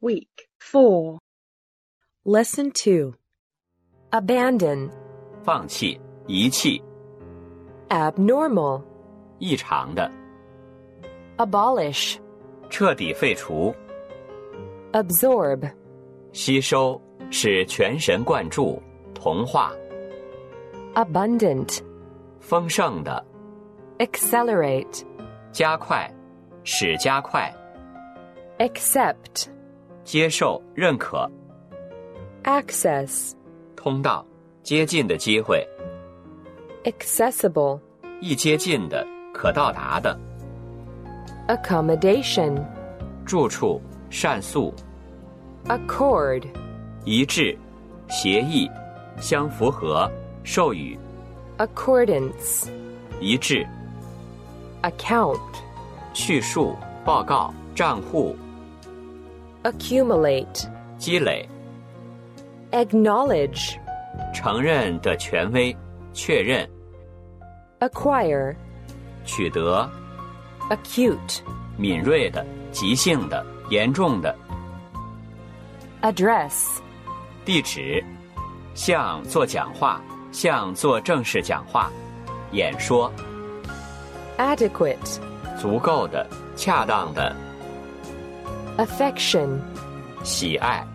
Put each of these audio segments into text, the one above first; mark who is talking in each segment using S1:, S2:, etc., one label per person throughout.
S1: Week 4.
S2: Lesson 2 Abandon,
S3: 放弃、遗弃、
S2: abnormal,
S3: 异常的、
S2: abolish,
S3: 彻底废除、
S2: absorb,
S3: 吸收，使全神贯注、同化、
S2: abundant,
S3: 丰盛的、
S2: accelerate,
S3: 加快、使加快、
S2: accept,
S3: 接受、认可、
S2: access,
S3: 通道、接近的机会、
S2: accessible,
S3: 易接近的、可到达的、
S2: accommodation,
S3: 住处、善诉、
S2: accord,
S3: 一致、协议、相符合、授予、
S2: accordance,
S3: 一致、
S2: account,
S3: 叙述、报告、账户、
S2: accumulate,
S3: 积累、
S2: acknowledge,
S3: 承认的权威、确认、
S2: acquire,
S3: 取得、
S2: acute,
S3: 敏锐的、急性的、严重的、
S2: address,
S3: 地址，像做讲话，像做正式讲话、演说，
S2: adequate,
S3: 足够的、恰当的、
S2: affection,
S3: 喜爱、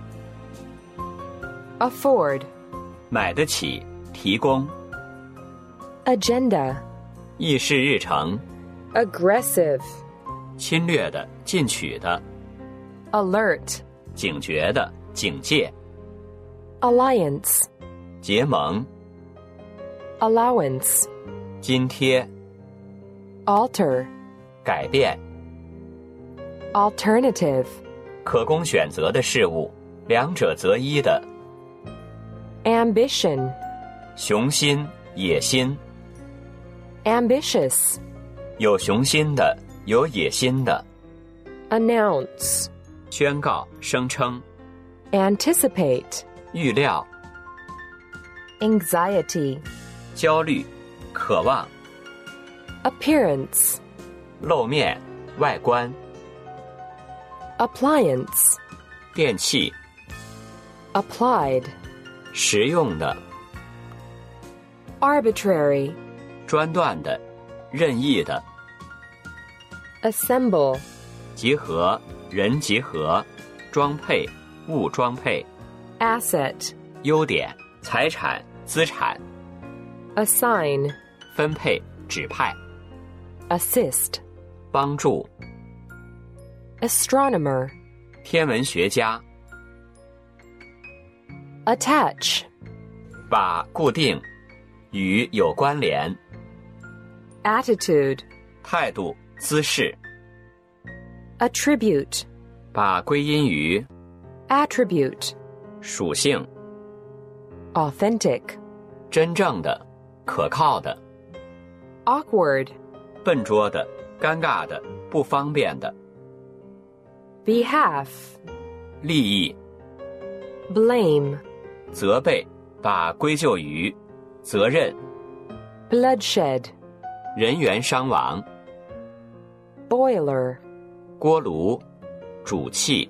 S2: afford,
S3: 买得起、提供、
S2: agenda,
S3: 议事日程、
S2: aggressive,
S3: 侵略的、进取的、
S2: alert,
S3: 警觉的、警戒、
S2: alliance,
S3: 结盟、
S2: allowance,
S3: 津贴、
S2: alter,
S3: 改变、
S2: alternative,
S3: 可供选择的事物，两者择一的、
S2: ambition,
S3: 雄心、野心。
S2: ambitious,
S3: 有雄心的，有野心的，
S2: announce,
S3: 宣告、声称、
S2: anticipate,
S3: 预料、
S2: anxiety,
S3: 焦虑、渴望、
S2: appearance,
S3: 露面、外观、
S2: appliance,
S3: 电器、
S2: applied,
S3: 实用的、
S2: arbitrary,
S3: 专断的、任意的、
S2: assemble,
S3: 集合、人集合、装配、物装配、
S2: asset,
S3: 优点、财产、资产、
S2: assign,
S3: 分配、指派、
S2: assist,
S3: 帮助、
S2: astronomer,
S3: 天文学家，
S2: attach,
S3: 把固定与有关联，
S2: attitude,
S3: 态度、姿势，
S2: attribute,
S3: 把归因于
S2: attribute,
S3: 属性、
S2: authentic,
S3: 真正的、可靠的、
S2: awkward,
S3: 笨拙的、尴尬的、不方便的、
S2: behalf,
S3: 利益、
S2: blame,
S3: 责备，把归咎于责任、
S2: bloodshed,
S3: 人员伤亡、
S2: boiler,
S3: 锅炉、主气、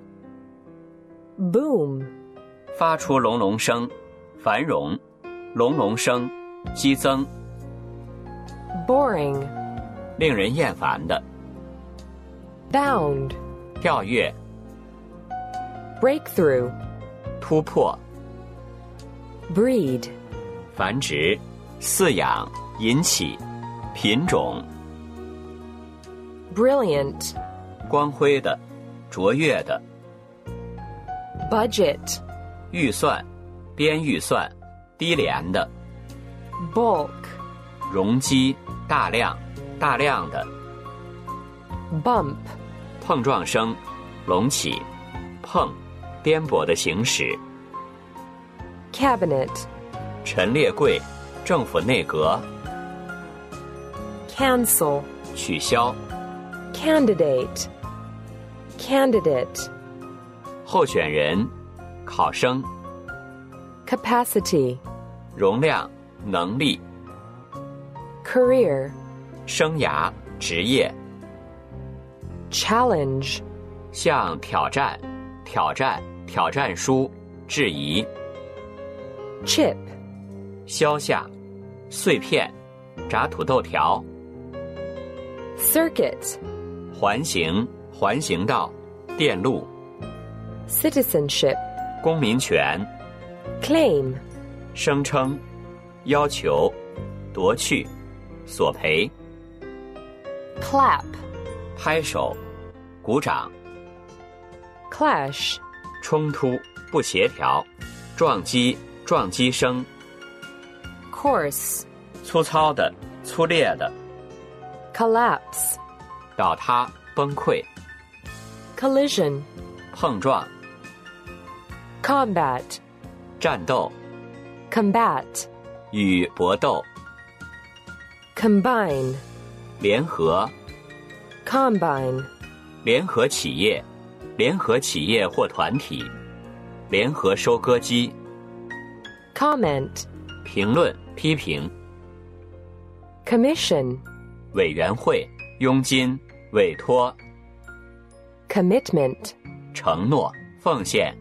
S2: boom,
S3: 发出隆隆声、繁荣、隆隆声、激增、
S2: boring,
S3: 令人厌烦的、
S2: bound,
S3: 跳跃、
S2: breakthrough,
S3: 突破、
S2: breed,
S3: 繁殖、饲养、引起、品种、
S2: brilliant,
S3: 光辉的、卓越的、
S2: budget,
S3: 预算、边预算、低廉的、
S2: bulk,
S3: 容积、大量、大量的、
S2: bump,
S3: 碰撞声、隆起、碰、颠簸的行驶、
S2: cabinet,
S3: 陈列柜、政府内阁、
S2: cancel,
S3: 取消、
S2: candidate, candidate,
S3: 候选人、考生、
S2: capacity,
S3: 容量、能力、
S2: career,
S3: 生涯、职业、
S2: challenge,
S3: 向挑战、挑战、挑战书、质疑、
S2: chip,
S3: 削下、碎片、炸土豆条、
S2: circuit,
S3: 环形、环形道、电路、
S2: citizenship,
S3: 公民权、
S2: claim,
S3: 声称、要求、夺去、索赔、
S2: clap,
S3: 拍手、鼓掌、
S2: clash,
S3: 冲突、不协调、撞击、撞击声、
S2: course,
S3: 粗糙的、粗劣的、
S2: collapse,
S3: 倒塌、崩溃、
S2: collision,
S3: 碰撞、
S2: combat,
S3: 战斗、
S2: combat,
S3: 与搏斗、
S2: combine,
S3: 联合、
S2: combine,
S3: 联合企业、联合企业或团体、联合收割机、
S2: comment,
S3: 评论、批评、
S2: commission,
S3: 委员会、佣金、委托、
S2: commitment,
S3: 承诺、奉献、